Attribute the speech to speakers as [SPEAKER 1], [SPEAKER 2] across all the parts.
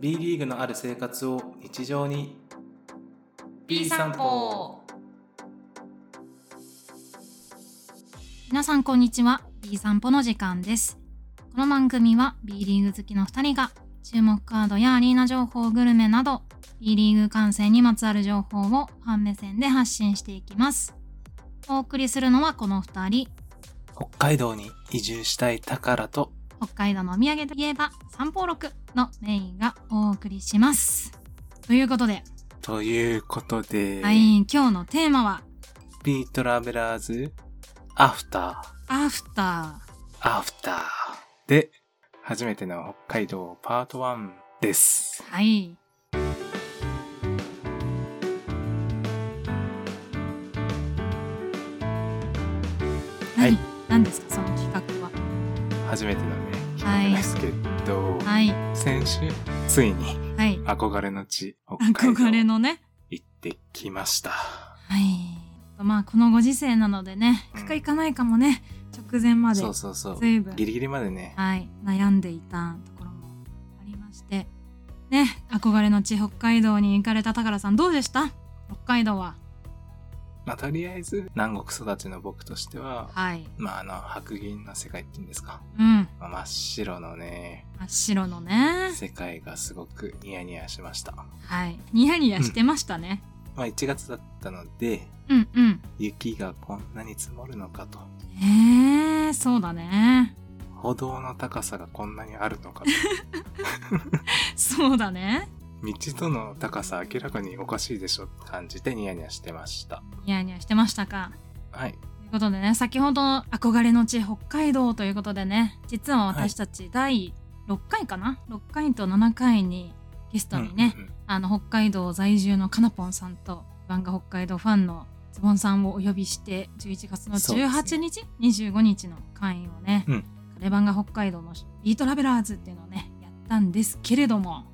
[SPEAKER 1] B リーグのある生活を日常に
[SPEAKER 2] B 散歩皆さんこんにちは B 散歩の時間ですこの番組は B リーグ好きの2人が注目カードやアリーナ情報グルメなど B リーグ観戦にまつわる情報をファン目線で発信していきますお送りするのはこの2人
[SPEAKER 1] 北海道に移住したい宝と
[SPEAKER 2] 北海道のお土産といえば三宝六のメインがお送りしますということで、
[SPEAKER 1] ということで、
[SPEAKER 2] はい今日のテーマは
[SPEAKER 1] B トラベラーズアフタ
[SPEAKER 2] アフタ
[SPEAKER 1] ーアフターで初めての北海道パート1です
[SPEAKER 2] ー。はい
[SPEAKER 1] はい
[SPEAKER 2] 何何ですかその企画は
[SPEAKER 1] 初めてのね
[SPEAKER 2] は
[SPEAKER 1] 企
[SPEAKER 2] い
[SPEAKER 1] 画ですけど、
[SPEAKER 2] はい
[SPEAKER 1] 先週ついに
[SPEAKER 2] はい
[SPEAKER 1] 憧れの地北
[SPEAKER 2] 憧れ
[SPEAKER 1] 海道
[SPEAKER 2] のね
[SPEAKER 1] 行ってきました
[SPEAKER 2] はいまあこのご時世なのでね
[SPEAKER 1] うん
[SPEAKER 2] 行くか行かないかもね直前まで
[SPEAKER 1] そうそうそう
[SPEAKER 2] 随分
[SPEAKER 1] ギリギリまでね
[SPEAKER 2] はい、悩んでいたところもありましてね憧れの地北海道に行かれた宝さんどうでした北海道は
[SPEAKER 1] まあ、とりあえず南国育ちの僕としては、
[SPEAKER 2] はい
[SPEAKER 1] まあ、あの白銀の世界っていうんですか、
[SPEAKER 2] うん
[SPEAKER 1] まあ真っ白のね
[SPEAKER 2] 真っ白のね
[SPEAKER 1] 世界がすごくニヤニヤしました、
[SPEAKER 2] はいニヤニヤしてましたね、
[SPEAKER 1] まあ、1月だったので
[SPEAKER 2] うん、うん
[SPEAKER 1] 雪がこんなに積もるのかと
[SPEAKER 2] へえそうだね
[SPEAKER 1] 歩道の高さがこんなにあるのかと
[SPEAKER 2] そうだね
[SPEAKER 1] 道との高さ明らかにおかしいでしょって感じでニヤニヤしてました
[SPEAKER 2] ニヤニヤしてましたか
[SPEAKER 1] はい
[SPEAKER 2] ということでね先ほどの憧れの地北海道ということでね実は私たち第6回かな、6回と7回にゲストにね、
[SPEAKER 1] うんうんうん
[SPEAKER 2] あの北海道在住のかなぽんさんと漫画北海道ファンのズボンさんをお呼びして11月の18日、25日の会員をね、
[SPEAKER 1] うん
[SPEAKER 2] カレバンガ北海道のビートラベラーズっていうのをねやったんですけれども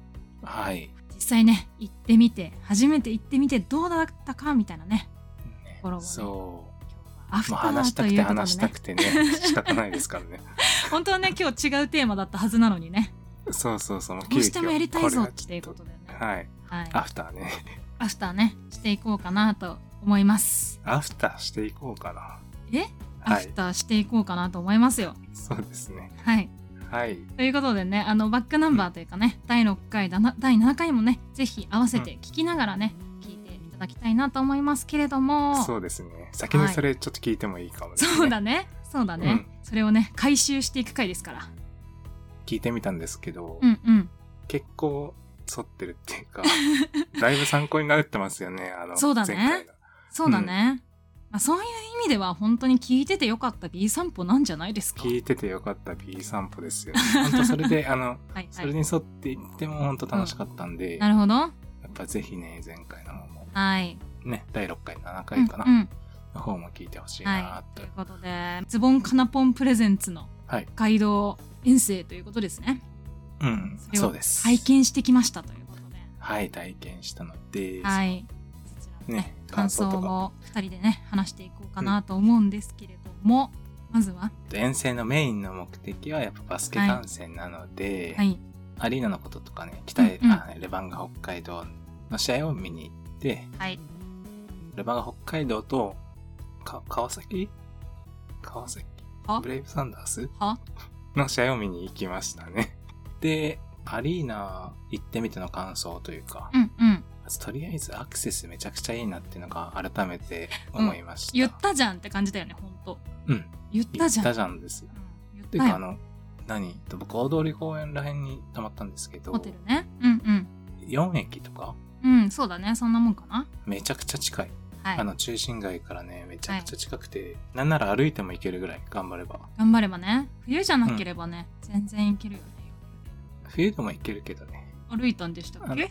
[SPEAKER 1] はい、
[SPEAKER 2] 実際ね行ってみて初めて行ってみてどうだったかみたいなね
[SPEAKER 1] ね
[SPEAKER 2] 心をね
[SPEAKER 1] そう
[SPEAKER 2] アフ
[SPEAKER 1] も
[SPEAKER 2] タ
[SPEAKER 1] う話し
[SPEAKER 2] ーと
[SPEAKER 1] たく
[SPEAKER 2] い
[SPEAKER 1] て
[SPEAKER 2] うこと
[SPEAKER 1] 話し
[SPEAKER 2] で
[SPEAKER 1] た
[SPEAKER 2] ね
[SPEAKER 1] く てね仕方ないですからね
[SPEAKER 2] 本当はね今日違うテーマだったはずなのにね
[SPEAKER 1] そうそうそうもう急遽
[SPEAKER 2] どうしてもやりたいぞ
[SPEAKER 1] これは
[SPEAKER 2] っていうことでね
[SPEAKER 1] はい
[SPEAKER 2] はい、
[SPEAKER 1] アフターね
[SPEAKER 2] アフターねしていこうかなと思います
[SPEAKER 1] アフターしていこうかな。
[SPEAKER 2] えア
[SPEAKER 1] は
[SPEAKER 2] フ
[SPEAKER 1] い。
[SPEAKER 2] ターしていこうかなと思いますよ
[SPEAKER 1] そうですね。
[SPEAKER 2] はい
[SPEAKER 1] はい。
[SPEAKER 2] ということでねあのバックナンバーというかね、第6回だな第7回もねぜひ合わせて聞きながらね、聞いていただきたいなと思いますけれども
[SPEAKER 1] そうですね。先にそれちょっと聞いてもいいかもですね。
[SPEAKER 2] そうだねそうだね、
[SPEAKER 1] うん
[SPEAKER 2] それをね回収していく回ですから
[SPEAKER 1] 聞いてみたんですけど、
[SPEAKER 2] うんうん
[SPEAKER 1] 結構沿ってるっていう か、だいぶ参考になってますよね。あの、
[SPEAKER 2] そうだね
[SPEAKER 1] 前回の。
[SPEAKER 2] そうだね、まあ、そういう意味では本当に聞いててよかった B 散歩なんじゃないですか
[SPEAKER 1] 聞いててよかった B 散歩ですよね。本当それで、あの、
[SPEAKER 2] はい
[SPEAKER 1] そ
[SPEAKER 2] は
[SPEAKER 1] れ
[SPEAKER 2] い
[SPEAKER 1] に沿っていっても本当楽しかったんで、
[SPEAKER 2] なるほど
[SPEAKER 1] やっぱぜひね、前回の方も、
[SPEAKER 2] はい
[SPEAKER 1] ね、第6回、7回かな、
[SPEAKER 2] うんうん
[SPEAKER 1] の方も聞いてほしい
[SPEAKER 2] は
[SPEAKER 1] ないと
[SPEAKER 2] という。ことでズボンかなぽんプレゼンツの
[SPEAKER 1] はい。
[SPEAKER 2] 北海道遠征ということですね
[SPEAKER 1] うん、
[SPEAKER 2] れを
[SPEAKER 1] そうです。
[SPEAKER 2] 体験してきましたということで
[SPEAKER 1] はい、体験したので、
[SPEAKER 2] はい。そちらのね
[SPEAKER 1] ね
[SPEAKER 2] 感想
[SPEAKER 1] 感想とか
[SPEAKER 2] を2人でね話していこうかなと思うんですけれども、まずは
[SPEAKER 1] 遠征のメインの目的はやっぱバスケ観戦なので、
[SPEAKER 2] はい
[SPEAKER 1] アリーナのこととかね北へ、
[SPEAKER 2] うんうん
[SPEAKER 1] あレバンガ北海道の試合を見に行って
[SPEAKER 2] はい
[SPEAKER 1] レバンガ北海道とか川崎川崎
[SPEAKER 2] は
[SPEAKER 1] ブレイブサンダース
[SPEAKER 2] は
[SPEAKER 1] の試合を見に行きましたね。でアリーナ行ってみての感想というか、
[SPEAKER 2] うんうん
[SPEAKER 1] まずとりあえずアクセスめちゃくちゃいいなっていうのが改めて思いました。
[SPEAKER 2] 言ったじゃんって感じだよねほんと
[SPEAKER 1] うん
[SPEAKER 2] 言った
[SPEAKER 1] 言っ
[SPEAKER 2] じゃん
[SPEAKER 1] たじゃんですよ。
[SPEAKER 2] うん言っ
[SPEAKER 1] って
[SPEAKER 2] た
[SPEAKER 1] いう
[SPEAKER 2] よ
[SPEAKER 1] か、あの、何僕、大通公園らへんに泊まったんですけど、
[SPEAKER 2] ホテルねうん
[SPEAKER 1] 4駅とか、
[SPEAKER 2] うんうんそうだねそんなもんかな
[SPEAKER 1] めちゃくちゃ近い。
[SPEAKER 2] はい
[SPEAKER 1] あの、中心街からね、めちゃくちゃ近くて、なんなら歩いても行けるぐらい、頑張れば。
[SPEAKER 2] 頑張ればね冬じゃなければね、全然いけるよね
[SPEAKER 1] 冬でも行けるけどね。
[SPEAKER 2] 歩いたんでしたっけ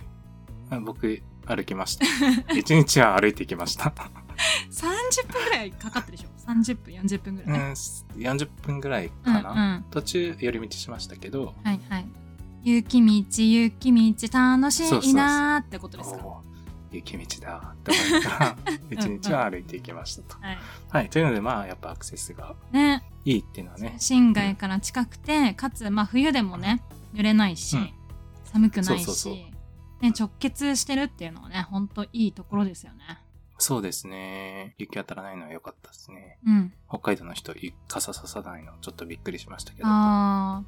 [SPEAKER 1] あ僕、歩きました。 一日は歩いてきました。
[SPEAKER 2] 30分ぐらいかかったでしょ30分40分ぐ
[SPEAKER 1] うん、
[SPEAKER 2] らい、
[SPEAKER 1] 40分ぐらい
[SPEAKER 2] うん、
[SPEAKER 1] かな。
[SPEAKER 2] うん
[SPEAKER 1] 途中、寄り道しましたけど、
[SPEAKER 2] はいはい。雪道、雪道、楽しいなーってことですか。
[SPEAKER 1] おー雪道だって思いなが ら、一日は歩いていきましたと。
[SPEAKER 2] はい。
[SPEAKER 1] はい。というので、まあ、やっぱアクセスが
[SPEAKER 2] ね、
[SPEAKER 1] いいっていうのはね、
[SPEAKER 2] 新外から近くて、かつ、まあ、冬でもね、濡れないし、
[SPEAKER 1] うん
[SPEAKER 2] 寒くないし
[SPEAKER 1] そうそうそう
[SPEAKER 2] ね、直結してるっていうのはねほんといいところですよね
[SPEAKER 1] そうですね。雪当たらないのは良かったですね。
[SPEAKER 2] うん
[SPEAKER 1] 北海道の人、ゆ傘ささないの、ちょっとびっくりしましたけど、
[SPEAKER 2] あ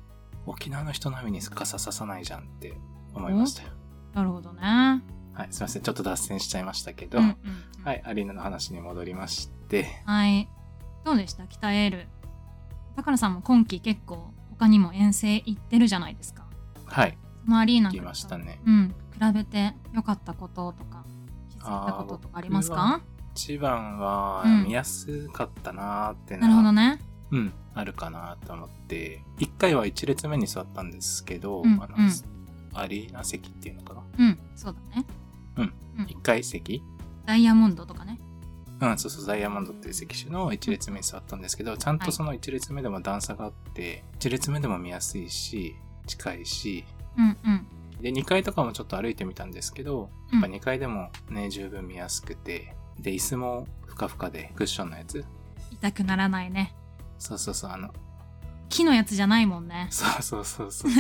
[SPEAKER 1] 沖縄の人並みに傘ささないじゃんって思いましたよ。
[SPEAKER 2] ーなるほどね
[SPEAKER 1] はい、すいません。ちょっと脱線しちゃいましたけど、
[SPEAKER 2] うんうんうん
[SPEAKER 1] はい、アリーナの話に戻りまして、
[SPEAKER 2] はいどうでした北エール宝さんも今季結構他にも遠征行ってるじゃないですか
[SPEAKER 1] はい、
[SPEAKER 2] そのアリーナ
[SPEAKER 1] 行
[SPEAKER 2] と
[SPEAKER 1] きましたね。
[SPEAKER 2] うん比べて良かったこととか気づいたこととかありますか
[SPEAKER 1] 一番は
[SPEAKER 2] うん
[SPEAKER 1] 見やすかったなーって
[SPEAKER 2] なるほど
[SPEAKER 1] ね、
[SPEAKER 2] ね
[SPEAKER 1] うん、あるかなーと思って、一回は一列目に座ったんですけど、
[SPEAKER 2] うん
[SPEAKER 1] あの
[SPEAKER 2] うん
[SPEAKER 1] アリーナ席っていうのかな
[SPEAKER 2] うんそうだね
[SPEAKER 1] 一階席
[SPEAKER 2] ダイヤモンドとかね
[SPEAKER 1] うん、そうそう、ダイヤモンドっていう席種の一列目に座ったんですけど、ちゃんとその一列目でも段差があって、一列目でも見やすいし、近いし、
[SPEAKER 2] うんうん
[SPEAKER 1] で、2階とかもちょっと歩いてみたんですけど、
[SPEAKER 2] うん
[SPEAKER 1] やっぱ2階でもね、十分見やすくて、で、椅子もふかふかで、クッションのやつ。
[SPEAKER 2] 痛くならないね
[SPEAKER 1] そうそうそう、あの、
[SPEAKER 2] 木のやつじゃないもんね
[SPEAKER 1] そうそうそうそ う。
[SPEAKER 2] う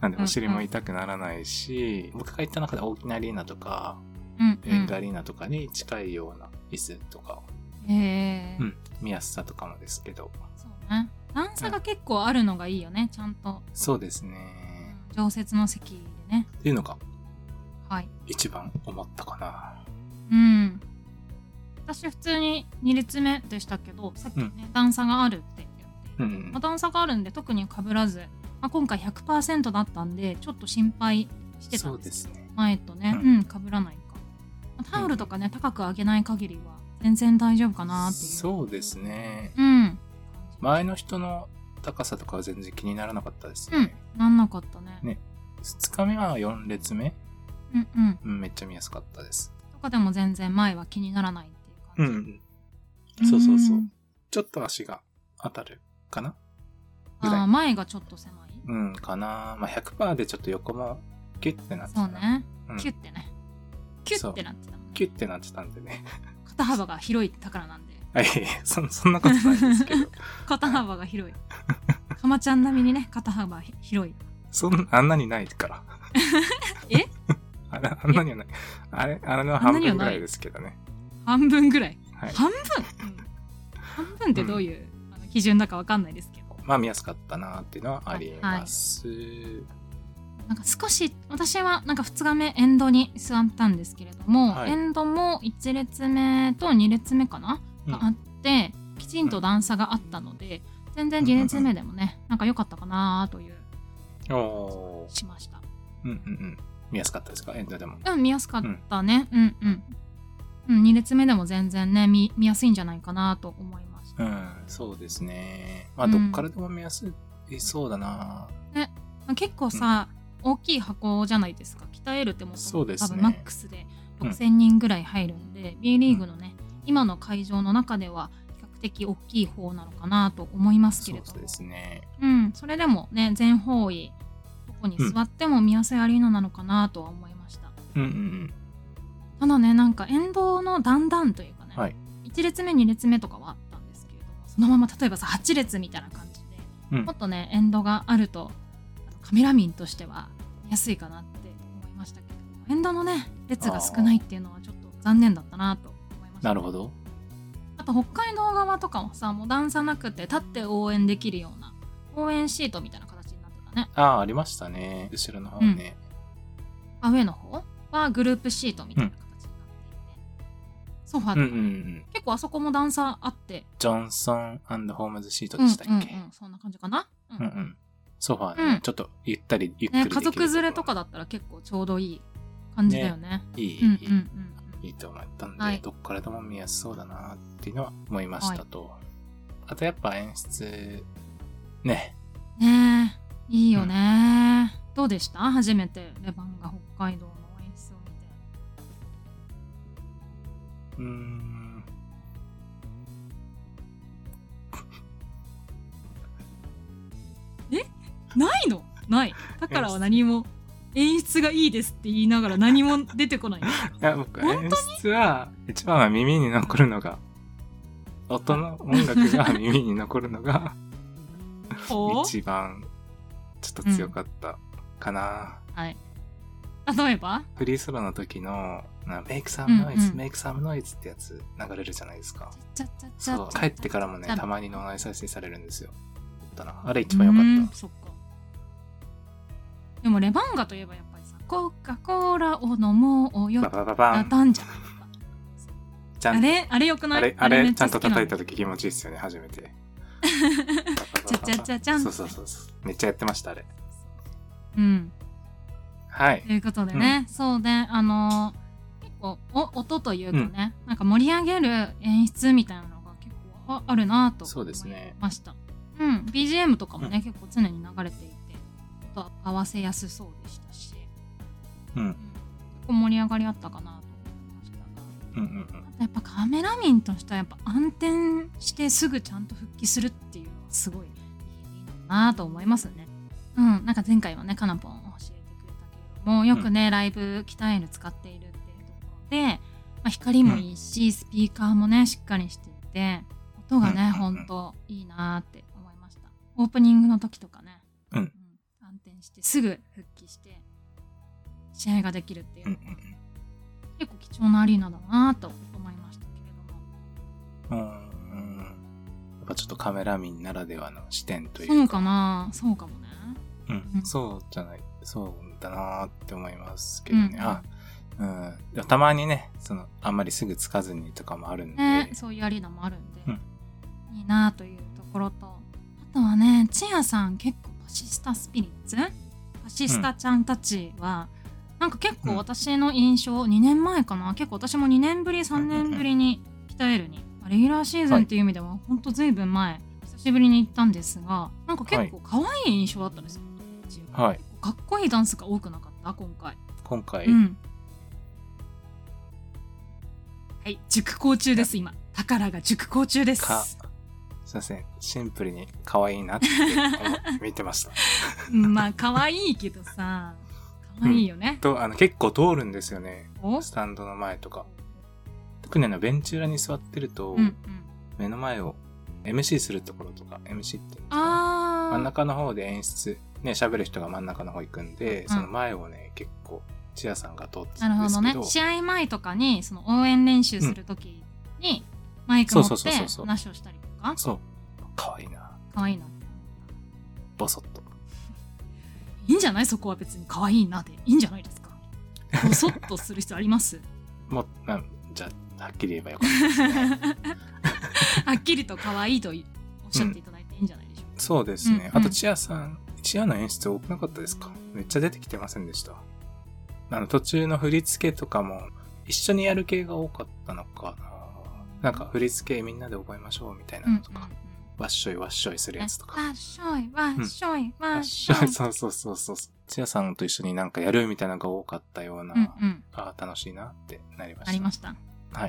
[SPEAKER 1] なんで、
[SPEAKER 2] うん
[SPEAKER 1] お尻も痛くならないし、僕が行った中で大きなアリーナとか、
[SPEAKER 2] ん
[SPEAKER 1] ベンガリーナとかに近いような椅子とか、
[SPEAKER 2] うんへえ
[SPEAKER 1] うん、見やすさとかもですけど、
[SPEAKER 2] そうね段差が結構あるのがいいよねちゃんと
[SPEAKER 1] そうです
[SPEAKER 2] うん
[SPEAKER 1] ね。
[SPEAKER 2] 常設の席でね
[SPEAKER 1] っていうのが
[SPEAKER 2] はい
[SPEAKER 1] 一番思ったかな。
[SPEAKER 2] うん私普通に2列目でしたけどさっきね、段差があるって言って
[SPEAKER 1] うん
[SPEAKER 2] まあ、段差があるんで特に被らず、まあ、今回100%だったんでちょっと心配してた
[SPEAKER 1] そ
[SPEAKER 2] ん
[SPEAKER 1] う
[SPEAKER 2] です
[SPEAKER 1] ですね。
[SPEAKER 2] 前とね、
[SPEAKER 1] う
[SPEAKER 2] うん、被らないか、まあタオルとかね、高く上げない限りは全然大丈夫かなっていう
[SPEAKER 1] そうですね。
[SPEAKER 2] うん
[SPEAKER 1] 前の人の高さとかは全然気にならなかったです
[SPEAKER 2] うん
[SPEAKER 1] ね。
[SPEAKER 2] なんなかったね
[SPEAKER 1] ね2日目は4列目、
[SPEAKER 2] うんうん
[SPEAKER 1] うん、めっちゃ見やすかったです。
[SPEAKER 2] とかでも全然前は気にならないっていう感じ、
[SPEAKER 1] そうそうそう。
[SPEAKER 2] ん
[SPEAKER 1] ちょっと足が当たるかなぐら
[SPEAKER 2] あー
[SPEAKER 1] い。
[SPEAKER 2] 前がちょっと狭い
[SPEAKER 1] うん、かな。まあ、100%でちょっと横もキュッてなって
[SPEAKER 2] そ
[SPEAKER 1] た。
[SPEAKER 2] うね、
[SPEAKER 1] うん
[SPEAKER 2] キュッてねキュッてなってたもんね
[SPEAKER 1] キュッてなってたんでね。
[SPEAKER 2] 肩幅が広い宝なんで
[SPEAKER 1] はいやいや、そんそんなことないですけど。
[SPEAKER 2] 肩幅が広いかまちゃん並みにね肩幅ひ広い
[SPEAKER 1] そんあんなにないから。
[SPEAKER 2] え
[SPEAKER 1] あらあんなにはない。あれ、あれの半分ぐらいですけどね。
[SPEAKER 2] 半分ぐらい
[SPEAKER 1] はい。
[SPEAKER 2] 半分、半分ってどういう、あの基準だかわかんないですけど
[SPEAKER 1] まあ見やすかったなっていうのはあります。
[SPEAKER 2] なんか少し私はなんか2日目エンドに座ったんですけれども、
[SPEAKER 1] はい
[SPEAKER 2] エンドも1列目と2列目かな、
[SPEAKER 1] うん
[SPEAKER 2] があってきちんと段差があったので全然
[SPEAKER 1] うんうんうん
[SPEAKER 2] 2列目でもね、なんか良かったかなという
[SPEAKER 1] おー
[SPEAKER 2] しました
[SPEAKER 1] うんうんうん。見やすかったですかエンドでも。
[SPEAKER 2] うん見やすかったねうんうん、うん2列目でも全然ね見見やすいんじゃないかなと思いました
[SPEAKER 1] うん、そうですね。まあ
[SPEAKER 2] うん
[SPEAKER 1] どっからでも見やすいそうだな。
[SPEAKER 2] まあ結構さ、大きい箱じゃないですか鍛えるってもともと
[SPEAKER 1] そうですね
[SPEAKER 2] 多分マックスで6000人ぐらい入るんで、B リーグのね今の会場の中では比較的大きい方なのかなと思います
[SPEAKER 1] そ
[SPEAKER 2] けれど
[SPEAKER 1] う
[SPEAKER 2] も
[SPEAKER 1] ですね。
[SPEAKER 2] うん、それでもね全方位どこに座っても見やすいアリーナなのかなとは思いました、
[SPEAKER 1] うんうん
[SPEAKER 2] ただねなんか沿道の段々というかね、
[SPEAKER 1] はい
[SPEAKER 2] 1列目2列目とかはあったんですけれどもそのまま例えばさ8列みたいな感じで
[SPEAKER 1] うん。うん
[SPEAKER 2] もっ、とね、エンドがあると、カメラミンとしては見やすいかなって思いましたけど、エンドのね、列が少ないっていうのはちょっと残念だったなと思いました。
[SPEAKER 1] なるほど。
[SPEAKER 2] あと、北海道側とかはさ、もう段差なくて、立って応援できるような、応援シートみたいな形になってたね。
[SPEAKER 1] ああ、ありましたね。後ろの方ね。
[SPEAKER 2] アウェイの方はグループシートみたいな形になっていて、ソファー
[SPEAKER 1] うんうん
[SPEAKER 2] と
[SPEAKER 1] う
[SPEAKER 2] か、
[SPEAKER 1] ん。
[SPEAKER 2] 結構あそこも段差あって、
[SPEAKER 1] ジョンソンホームズシート
[SPEAKER 2] うん
[SPEAKER 1] で
[SPEAKER 2] うん
[SPEAKER 1] したっけ、
[SPEAKER 2] うん、そんな感じかな。うん
[SPEAKER 1] うんうんソファーね、
[SPEAKER 2] うん
[SPEAKER 1] ちょっとゆったりゆっくり
[SPEAKER 2] ね、
[SPEAKER 1] でき
[SPEAKER 2] 家
[SPEAKER 1] る
[SPEAKER 2] 族連れとかだったら結構ちょうどいい感じだよね
[SPEAKER 1] いい、
[SPEAKER 2] うんうん
[SPEAKER 1] いい
[SPEAKER 2] うんうん
[SPEAKER 1] いいと思ったんで、
[SPEAKER 2] はい
[SPEAKER 1] どっからでも見やすそうだなっていうのは思いましたと、あとやっぱ演出ね
[SPEAKER 2] ねえいいよね、どうでした初めてレバンが北海道の演出を見て
[SPEAKER 1] うーん
[SPEAKER 2] ないのないだからは何も演出がいいですって言いながら何も出て こない
[SPEAKER 1] い や僕
[SPEAKER 2] 本当
[SPEAKER 1] 演出は一番は耳に残るのが音の音楽が耳に残るのが
[SPEAKER 2] ほう
[SPEAKER 1] 一番ちょっと強かったかな、
[SPEAKER 2] はい。例えば
[SPEAKER 1] フリースローの時の、な make some noise,
[SPEAKER 2] うん
[SPEAKER 1] make some noise ってやつ流れるじゃないですか。
[SPEAKER 2] ちゃっちゃっちゃ
[SPEAKER 1] そう
[SPEAKER 2] っ。
[SPEAKER 1] 帰ってからも
[SPEAKER 2] ち
[SPEAKER 1] ね
[SPEAKER 2] ゃ、ん
[SPEAKER 1] たまに脳内再生されるんですよ。だな。あれ一番良
[SPEAKER 2] う
[SPEAKER 1] か
[SPEAKER 2] ん
[SPEAKER 1] っ
[SPEAKER 2] そっか。でもレバンガといえばやっぱりさ、コカ・コーラを飲もうよ
[SPEAKER 1] た。ババババ
[SPEAKER 2] だっ
[SPEAKER 1] ン。
[SPEAKER 2] たんじゃない
[SPEAKER 1] ちゃ
[SPEAKER 2] あ
[SPEAKER 1] ん
[SPEAKER 2] れあれよくない
[SPEAKER 1] あれ、あれ、ちゃんと叩いた
[SPEAKER 2] と。
[SPEAKER 1] 時気持ちいいっすよね、初めて。
[SPEAKER 2] ちゃちゃちゃちゃん
[SPEAKER 1] そうそうそうそう。めっちゃやってました、あれ。
[SPEAKER 2] うん。
[SPEAKER 1] はい
[SPEAKER 2] と。いうことでね、そうで、あのー結構お、音というかね、なんか盛り上げる演出みたいなのが結構ああるなと
[SPEAKER 1] そ
[SPEAKER 2] 思
[SPEAKER 1] うで
[SPEAKER 2] い
[SPEAKER 1] すね
[SPEAKER 2] ました。うん、BGM とかもね、結構常に流れていて、音は合わせやすそうでしたし、
[SPEAKER 1] うん。
[SPEAKER 2] うん、結構盛り上がりあったかなと思いましたが、
[SPEAKER 1] うんうん
[SPEAKER 2] やっぱカメラミンとしてはやっぱ暗転してすぐちゃんと復帰するっていうのはすごいいいなと思いますね。うん、なんか前回はねかなぽん教えてくれたけれどもよくね、ライブ鍛える使っているっていうところで、まあ、光もいいし、スピーカーもねしっかりしていて音がね、
[SPEAKER 1] うんう
[SPEAKER 2] ほ
[SPEAKER 1] んうん
[SPEAKER 2] んといいなって思いました。オープニングの時とかね、
[SPEAKER 1] うん
[SPEAKER 2] 暗転してすぐ復帰して試合ができるっていう
[SPEAKER 1] うんう
[SPEAKER 2] の
[SPEAKER 1] ん
[SPEAKER 2] は、結構貴重なアリーナだなと思いましたけれども。
[SPEAKER 1] うんうんやっぱちょっとカメラ民ならではの視点というか
[SPEAKER 2] そうかなそうかもね
[SPEAKER 1] うん
[SPEAKER 2] うん
[SPEAKER 1] そうじゃないそうだなーって思いますけどね、
[SPEAKER 2] うん
[SPEAKER 1] あうんでもたまにねそのあんまりすぐつかずにとかもあるんで、
[SPEAKER 2] ねそういうアリーナもあるんで、
[SPEAKER 1] うん
[SPEAKER 2] いいなというところとあとはねチアさん結構パシスタスピリッツパシスタちゃんたちは、なんか結構私の印象、2年前かな結構私も2年ぶり3年ぶりに鍛えるに、まあレギュラーシーズンという意味では、ほんとずいぶん前久しぶりに行ったんですがなんか結構可愛い印象だったんですよ、
[SPEAKER 1] はい
[SPEAKER 2] かっこいいダンスが多くなかった今回
[SPEAKER 1] 今回、
[SPEAKER 2] うん。はい、熟考中です、今。宝が熟考中です。
[SPEAKER 1] かすいませんシンプルに可愛いなって思って見てま した
[SPEAKER 2] うんまあ、可愛いけどさ、可愛いよね。
[SPEAKER 1] とあの結構通るんですよね
[SPEAKER 2] お
[SPEAKER 1] スタンドの前とか特にあのベンチ裏に座ってると、
[SPEAKER 2] うんうん。
[SPEAKER 1] 目の前を MC するところとか MC っていうのかな
[SPEAKER 2] あー。
[SPEAKER 1] 真ん中の方で演出ね喋る人が真ん中の方行くんで、
[SPEAKER 2] ん
[SPEAKER 1] その前をね結構チアさんが通ってた
[SPEAKER 2] なる
[SPEAKER 1] ん
[SPEAKER 2] ほ
[SPEAKER 1] ですけ
[SPEAKER 2] ど
[SPEAKER 1] ど
[SPEAKER 2] ね。試合前とかに、その応援練習するときに、マイク持
[SPEAKER 1] そ
[SPEAKER 2] っ
[SPEAKER 1] うそう
[SPEAKER 2] て
[SPEAKER 1] そうそうそう
[SPEAKER 2] 話をしたりとか、
[SPEAKER 1] そう可愛いな
[SPEAKER 2] 可愛いな。
[SPEAKER 1] ボソッと
[SPEAKER 2] いいんじゃないそこは別に可愛いなで。いいんじゃないですか。ぼそっとする必要あ ります
[SPEAKER 1] もうなんじゃあはっきり言えばよかったですね
[SPEAKER 2] はっきりと可愛いとおっしゃっていただいていいんじゃないでしょうか。
[SPEAKER 1] そうですね、
[SPEAKER 2] うんうん
[SPEAKER 1] あとチアさんチアの演出多くなかったですかめっちゃ出てきてませんでしたあの途中の振り付けとかも一緒にやる系が多かったのかななんか振り付けみんなで覚えましょうみたいなのとか、わっしょいわっしょいするやつとか
[SPEAKER 2] わっしょいわっしょいわ
[SPEAKER 1] あ
[SPEAKER 2] っし
[SPEAKER 1] そ
[SPEAKER 2] ょ
[SPEAKER 1] う
[SPEAKER 2] い。
[SPEAKER 1] そうそうそうそう。つやさんと一緒になんかやるみたいなのが多かったような、
[SPEAKER 2] うんうん、
[SPEAKER 1] ああ、楽しいなってなりました。
[SPEAKER 2] ありました。
[SPEAKER 1] はい。
[SPEAKER 2] まあ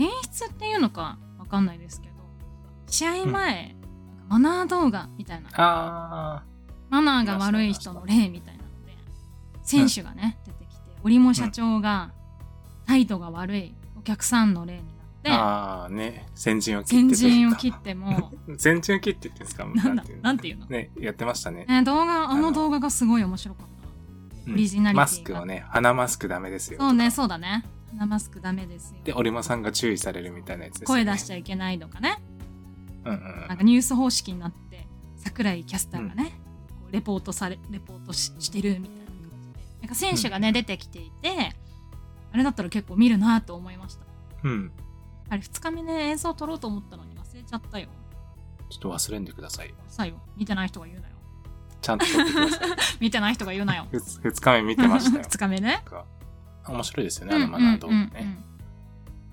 [SPEAKER 2] 演出っていうのかわかんないですけど、試合前、マナー動画みたいな、
[SPEAKER 1] あ
[SPEAKER 2] マナーが悪い人の例みたいなので、選手がね、出てきて、折茂社長が、態度が悪いお客さんの例
[SPEAKER 1] あ、
[SPEAKER 2] になって、
[SPEAKER 1] ああ、ね。先陣を切って
[SPEAKER 2] 先
[SPEAKER 1] とい
[SPEAKER 2] 陣
[SPEAKER 1] う
[SPEAKER 2] を
[SPEAKER 1] か
[SPEAKER 2] 切っても、
[SPEAKER 1] 先陣を切ってっていうんですか
[SPEAKER 2] なんだ
[SPEAKER 1] ていう、
[SPEAKER 2] なんていうの、
[SPEAKER 1] ね、やってましたね。
[SPEAKER 2] ね、動画、あの動画がすごい面白かった。
[SPEAKER 1] うん
[SPEAKER 2] オリジナリティが
[SPEAKER 1] マスクをね、鼻マスクダメですよ。
[SPEAKER 2] そうね、そうだね。鼻マスクダメですよ。
[SPEAKER 1] で、折間さんが注意されるみたいなやつです、
[SPEAKER 2] 声出し
[SPEAKER 1] て。
[SPEAKER 2] ちゃいけないとかね。
[SPEAKER 1] うんう
[SPEAKER 2] なん
[SPEAKER 1] ん
[SPEAKER 2] かニュース方式になって桜井キャスターがね、こうレポートされレポートししてるみたいな感じでなんか選手がね、出てきていてあれだったら結構見るなと思いました
[SPEAKER 1] うん。うん。
[SPEAKER 2] あれ2日目ね演奏撮ろうと思ったのに忘れちゃったよ
[SPEAKER 1] ちょっと忘れんでくださいよ。
[SPEAKER 2] 最後見てない人が言うなよ
[SPEAKER 1] ちゃんと撮ってください。
[SPEAKER 2] 見てない人が言うなよ
[SPEAKER 1] ふつ 二日目見てましたよ。
[SPEAKER 2] 2日目ね
[SPEAKER 1] なんか面白いですよね、あのマナー動画ね。
[SPEAKER 2] うんうんうんうん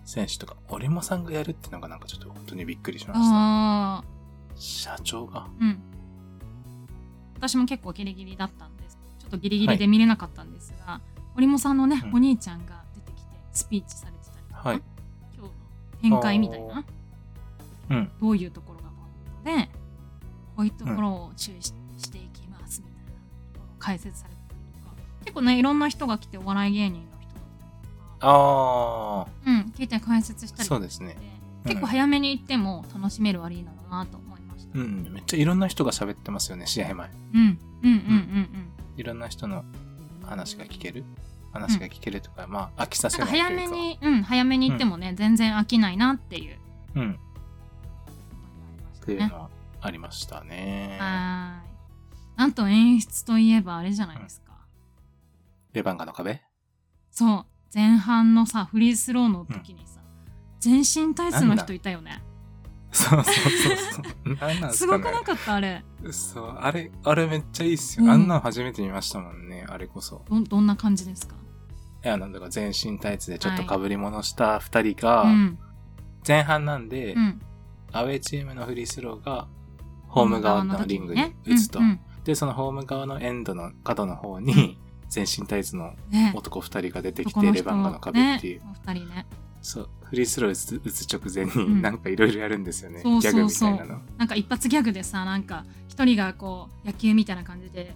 [SPEAKER 1] 選手とか、折間さんがやるってのがなんかちょっと本当にびっくりしました。
[SPEAKER 2] あ
[SPEAKER 1] 社長が。
[SPEAKER 2] ーうん私も結構ギリギリだったんですちょっとギリギリで見れなかったんですが、織茂さんのね、
[SPEAKER 1] うん
[SPEAKER 2] お兄ちゃんが出てきてスピーチされてたりとか、
[SPEAKER 1] はい。
[SPEAKER 2] 今日の展開みたいな
[SPEAKER 1] うん。
[SPEAKER 2] どういうところがポイントでこういうところを注意し,、ていきますみたいなことを解説されてたりとか結構ねいろんな人が来てお笑い芸人の人が来たりとか、
[SPEAKER 1] あ
[SPEAKER 2] うん、聞いて解説した
[SPEAKER 1] あ、
[SPEAKER 2] り
[SPEAKER 1] そ
[SPEAKER 2] とか
[SPEAKER 1] うですね
[SPEAKER 2] して。
[SPEAKER 1] うん
[SPEAKER 2] 結構早めに行っても楽しめるアリーナだなと思いました、
[SPEAKER 1] うん、めっちゃいろんな人が喋ってますよね、試合前。
[SPEAKER 2] うんうんうんうんうん
[SPEAKER 1] いろんな人の話が聞ける話が聞けるとか、まあ飽きさせ
[SPEAKER 2] なん
[SPEAKER 1] ない
[SPEAKER 2] か
[SPEAKER 1] というか
[SPEAKER 2] 早めに、うん、早めに行ってもね、全然飽きないなっていう。
[SPEAKER 1] うんっていう
[SPEAKER 2] ね
[SPEAKER 1] のはありましたね
[SPEAKER 2] はーい。なんと演出といえばあれじゃないですか。
[SPEAKER 1] レバンガの 壁
[SPEAKER 2] そう。前半のさ、フリースローの時にさ、全身体操の人いたよね。
[SPEAKER 1] そうそうそうそうなんなん
[SPEAKER 2] す
[SPEAKER 1] か
[SPEAKER 2] ご
[SPEAKER 1] ね
[SPEAKER 2] くなかったあれ。
[SPEAKER 1] そうあれあれめっちゃいいっすよ、
[SPEAKER 2] うん
[SPEAKER 1] あんなの初めて見ましたもんねあれこそ
[SPEAKER 2] ど、どんな感じですか
[SPEAKER 1] いやなんだか全身タイツでちょっとかぶり物した2人が、
[SPEAKER 2] うん。
[SPEAKER 1] 前半なんで、
[SPEAKER 2] うん。
[SPEAKER 1] アウェーチームのフリースローがホーム側のリングに打つと、
[SPEAKER 2] うんうん
[SPEAKER 1] でそのホーム側のエンドの角の方に全身タイツの
[SPEAKER 2] ね
[SPEAKER 1] 男2人が出てき
[SPEAKER 2] 男
[SPEAKER 1] て、
[SPEAKER 2] の人
[SPEAKER 1] レバンガの壁っていう、
[SPEAKER 2] ね、お二人ね。
[SPEAKER 1] そうフリースロー打つ打つ直前
[SPEAKER 2] ん
[SPEAKER 1] になんかいろいろやるんですよね、
[SPEAKER 2] そう
[SPEAKER 1] ギ
[SPEAKER 2] そう
[SPEAKER 1] ャ
[SPEAKER 2] そ
[SPEAKER 1] グ
[SPEAKER 2] う
[SPEAKER 1] みたいなの
[SPEAKER 2] なんか一発ギャグでさ、なんか一人がこう、野球みたいな感じで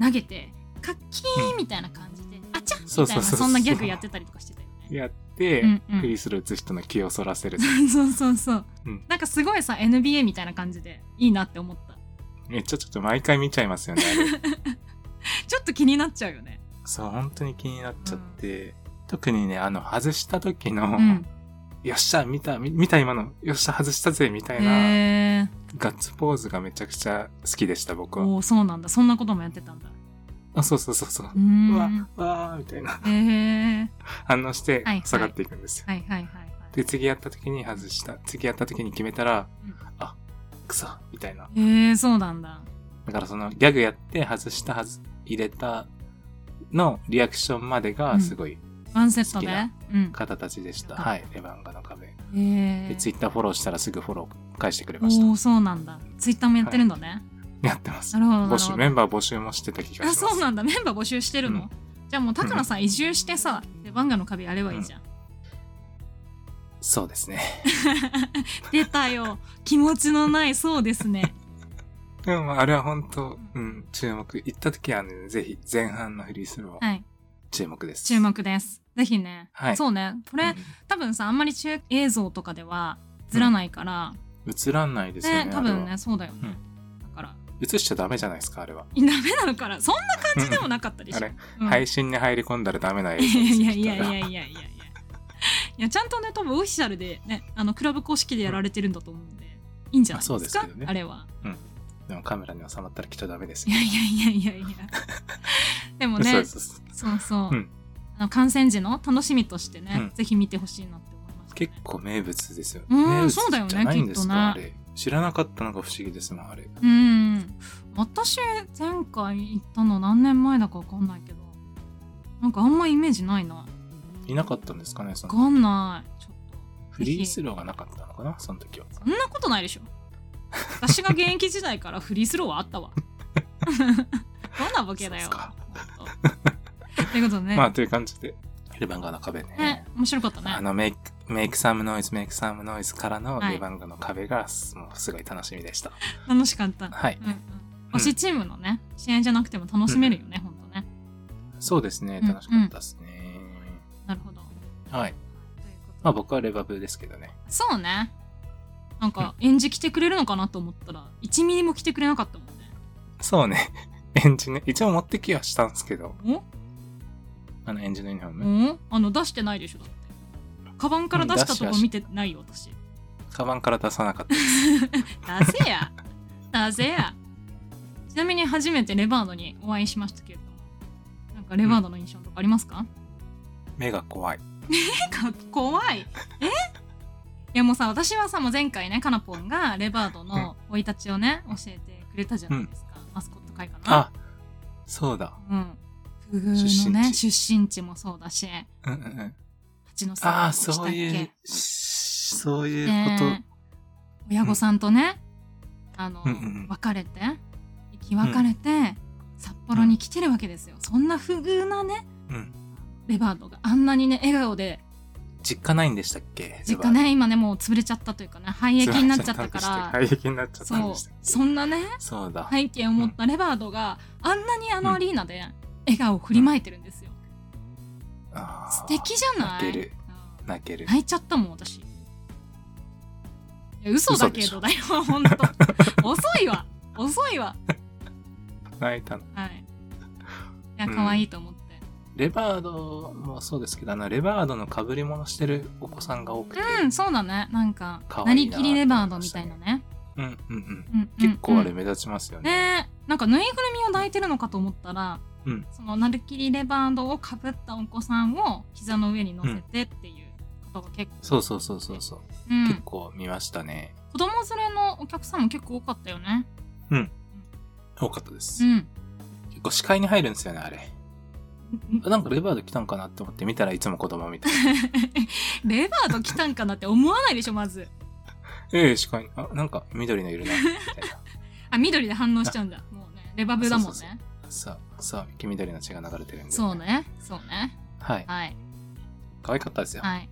[SPEAKER 2] 投げて、カッキーンみたいな感じで、あちゃ
[SPEAKER 1] そう
[SPEAKER 2] みた
[SPEAKER 1] そう
[SPEAKER 2] いな、
[SPEAKER 1] そう
[SPEAKER 2] そんなギャグやってたりとかしてたよね。
[SPEAKER 1] やって、
[SPEAKER 2] うんうん
[SPEAKER 1] フリースロー打つ人の気をそらせる
[SPEAKER 2] そうそうそう、
[SPEAKER 1] うん
[SPEAKER 2] なんかすごいさ NBA みたいな感じでいいなって思った
[SPEAKER 1] めっちゃちょっと毎回見ちゃいますよねあれ
[SPEAKER 2] ちょっと気になっちゃうよね
[SPEAKER 1] そう、本当に気になっちゃって、特にね、あの、外した時の、
[SPEAKER 2] うん
[SPEAKER 1] よっしゃ、見た、み見た今の、よっしゃ、外したぜ、みたいな、
[SPEAKER 2] へえ
[SPEAKER 1] ガッツポーズがめちゃくちゃ好きでした、僕は。
[SPEAKER 2] おーそうなんだそんなこともやってたんだ
[SPEAKER 1] あ、そうそうそうそう
[SPEAKER 2] うー。
[SPEAKER 1] うんわ、わー、みたいな、
[SPEAKER 2] へえ
[SPEAKER 1] 反応して
[SPEAKER 2] はいはい、
[SPEAKER 1] 下がっていくんですよ。
[SPEAKER 2] はいはいはいはい
[SPEAKER 1] で、次やった時に外した、次やった時に決めたら、
[SPEAKER 2] うん
[SPEAKER 1] あ、くそ、みたいな。
[SPEAKER 2] へえそうなんだ
[SPEAKER 1] だからその、ギャグやって、外した、はず入れた、のリアクションまで
[SPEAKER 2] うん
[SPEAKER 1] がすごい
[SPEAKER 2] ワンセットで
[SPEAKER 1] 好きな
[SPEAKER 2] うん
[SPEAKER 1] 方たちでした。
[SPEAKER 2] うん
[SPEAKER 1] はい、レバンガの壁。
[SPEAKER 2] へ
[SPEAKER 1] で、
[SPEAKER 2] え
[SPEAKER 1] ツイッターフォローしたらすぐフォロー返してくれました。
[SPEAKER 2] おおそうなんだツイッターもやってるんだね、
[SPEAKER 1] やってます。
[SPEAKER 2] なるほどな
[SPEAKER 1] 募
[SPEAKER 2] る
[SPEAKER 1] 集、
[SPEAKER 2] ほ
[SPEAKER 1] メ
[SPEAKER 2] ど
[SPEAKER 1] ンバー募集もしてた気がしま
[SPEAKER 2] あ
[SPEAKER 1] す。
[SPEAKER 2] そうなんだメンバー募集してるの、じゃあもう高野さん移住してさでバンガの壁やればいいじゃん、
[SPEAKER 1] そうですね。
[SPEAKER 2] 出たよ気持ちのないそうで すね
[SPEAKER 1] でもまあ、あれは本当、うん、注目。行った時はね、ぜひ前半のフリースロー、
[SPEAKER 2] はい
[SPEAKER 1] 注目です。
[SPEAKER 2] 注目です。ぜひね、
[SPEAKER 1] はい
[SPEAKER 2] そうねこれ、
[SPEAKER 1] うん
[SPEAKER 2] 多分さあんまり中映像とかではずらないから、
[SPEAKER 1] 映らないですよね。
[SPEAKER 2] ね多分
[SPEAKER 1] あれは
[SPEAKER 2] ね。そうだよね、だから
[SPEAKER 1] 映しちゃダメじゃないですか、あれは。
[SPEAKER 2] いダメなのからそんな感じでもなかったでしょ、
[SPEAKER 1] あれ、
[SPEAKER 2] うん
[SPEAKER 1] 配信に入り込んだらダメな映像ですよ
[SPEAKER 2] いやいやいや
[SPEAKER 1] き
[SPEAKER 2] い
[SPEAKER 1] っと
[SPEAKER 2] やいやいやいやいやちゃんとね多分オフィシャルでねあのクラブ公式でやられてるんだと思うんで、いいんじゃないで
[SPEAKER 1] あ
[SPEAKER 2] す
[SPEAKER 1] そ
[SPEAKER 2] か
[SPEAKER 1] うですけどね
[SPEAKER 2] あれは
[SPEAKER 1] でもカメラに収まったらきっとダメです
[SPEAKER 2] い
[SPEAKER 1] よ。
[SPEAKER 2] やいやいやいやいやでもね
[SPEAKER 1] そうそうそう
[SPEAKER 2] そうそ
[SPEAKER 1] う
[SPEAKER 2] う、
[SPEAKER 1] ん
[SPEAKER 2] あの観戦時の楽しみとしてね、
[SPEAKER 1] うん
[SPEAKER 2] ぜひ見てほしいなって思います、ね、
[SPEAKER 1] 結構名物ですよ。
[SPEAKER 2] うん
[SPEAKER 1] 名物
[SPEAKER 2] そうだよね
[SPEAKER 1] じゃないんですか、あ
[SPEAKER 2] き
[SPEAKER 1] れ。知らなかったのが不思議ですもん、あれ。
[SPEAKER 2] うん私前回行ったの何年前だか分かんないけどなんかあんまイメージないな
[SPEAKER 1] いなかったんですかね、そ
[SPEAKER 2] 分
[SPEAKER 1] の。
[SPEAKER 2] かんないちょっと
[SPEAKER 1] フリースローがなかったのかな、その時は。
[SPEAKER 2] そんなことないでしょ私が現役時代からフリースローはあったわどんなボケだよ
[SPEAKER 1] そうっすか
[SPEAKER 2] ほんとということでね,、
[SPEAKER 1] まあ、という感じで、レバンガの壁ね。
[SPEAKER 2] ね面白かった
[SPEAKER 1] あ
[SPEAKER 2] ね
[SPEAKER 1] のメイク、メイクサムノイズ、メイクサムノイズからの
[SPEAKER 2] はい
[SPEAKER 1] レバンガの壁が、もうすごい楽しみでした。
[SPEAKER 2] 楽しかった、
[SPEAKER 1] はい。
[SPEAKER 2] うんうん、推しチームのね試合じゃなくても楽しめるよね、ほんとね
[SPEAKER 1] そうですね、
[SPEAKER 2] うん
[SPEAKER 1] 楽しかったですね。
[SPEAKER 2] なるほどという
[SPEAKER 1] はい。
[SPEAKER 2] ことで
[SPEAKER 1] まあ僕はレバブですけどね。
[SPEAKER 2] そうねなんか演じ来てくれるのかなと思ったら1ミリも来てくれなかったもんね
[SPEAKER 1] そうね。 エンジね。一応持ってきはしたんですけど、
[SPEAKER 2] お
[SPEAKER 1] あのエンジのユニフォーム。
[SPEAKER 2] うん、あの出してないでしょだってカバンから出したとこ見てないよ私
[SPEAKER 1] カバンから出さなかった。
[SPEAKER 2] 出せや出せやちなみに初めてレバードにお会いしましたけれどもなんかレバードの印象とかありますか、
[SPEAKER 1] 目が怖い。
[SPEAKER 2] なんか怖いえいやもうさ私はさもう前回ねかなぽんがレバードの生い立ちをね教えてくれたじゃないですか、マスコット会かな
[SPEAKER 1] あ、そうだ。
[SPEAKER 2] うん工夫のね出身地もそうだし
[SPEAKER 1] うんうんうん。
[SPEAKER 2] 蜂の巣
[SPEAKER 1] ああ、
[SPEAKER 2] でしたっ
[SPEAKER 1] そう
[SPEAKER 2] け
[SPEAKER 1] いう、しそういうこと。
[SPEAKER 2] ね親御さんとね、あの、
[SPEAKER 1] うんうんうん
[SPEAKER 2] 別れて生き別れて、札幌に来てるわけですよ、そんな不遇なね
[SPEAKER 1] うん。
[SPEAKER 2] レバードがあんなにね笑顔で
[SPEAKER 1] 実家ないんでしたっけ
[SPEAKER 2] 実家。ね今ねもう潰れちゃったというかね廃
[SPEAKER 1] レ
[SPEAKER 2] 液
[SPEAKER 1] バ
[SPEAKER 2] になっちゃったから
[SPEAKER 1] 廃液になっちゃったん
[SPEAKER 2] そう
[SPEAKER 1] でしたっけ
[SPEAKER 2] そんなね
[SPEAKER 1] そうだ。
[SPEAKER 2] 背景を持ったレバードが、あんなにあのアリーナで笑顔を振りまいてるんですよ、
[SPEAKER 1] あー
[SPEAKER 2] 素敵じゃない
[SPEAKER 1] 泣ける
[SPEAKER 2] うん
[SPEAKER 1] 泣ける。
[SPEAKER 2] 泣いちゃったもん私いや嘘だけど だよ本当遅いわ遅いわ
[SPEAKER 1] 泣いたの。
[SPEAKER 2] はいいや、可愛いと思って。
[SPEAKER 1] レバードもそうですけど、あの、レバードの被り物してるお子さんが多くて。
[SPEAKER 2] うん、そうだね。なんか、
[SPEAKER 1] 可
[SPEAKER 2] な
[SPEAKER 1] 愛い
[SPEAKER 2] り
[SPEAKER 1] な
[SPEAKER 2] きりレバードみたいなね。
[SPEAKER 1] うん、うん、うん。
[SPEAKER 2] うんうん
[SPEAKER 1] 結構あれ目立ちますよね。
[SPEAKER 2] ねえなんかぬいぐるみを抱いてるのかと思ったら、
[SPEAKER 1] うん
[SPEAKER 2] そのなりきりレバードをかぶったお子さんを膝の上に乗せてっていうことが結構、
[SPEAKER 1] そうそうそうそうそう、
[SPEAKER 2] うん
[SPEAKER 1] 結構見ましたね。
[SPEAKER 2] 子供連れのお客さんも結構多かったよね。
[SPEAKER 1] 多かったです、
[SPEAKER 2] うん。
[SPEAKER 1] 結構視界に入るんですよね、あれ。なんかレバード来たんかなって思って見たらいつも子供み たいな。
[SPEAKER 2] レバード来たんかなって思わないでしょ、まず。
[SPEAKER 1] ええ、視界に。あ、なんか緑のいるな、み たいな。
[SPEAKER 2] あ、緑で反応しちゃうんだ。もうね、レバブだもんね。
[SPEAKER 1] そうさあ、さあ、黄緑の血が流れてるんで。
[SPEAKER 2] そう。ね。そうね。
[SPEAKER 1] はい。
[SPEAKER 2] はい。
[SPEAKER 1] 可愛かったですよ。
[SPEAKER 2] はい。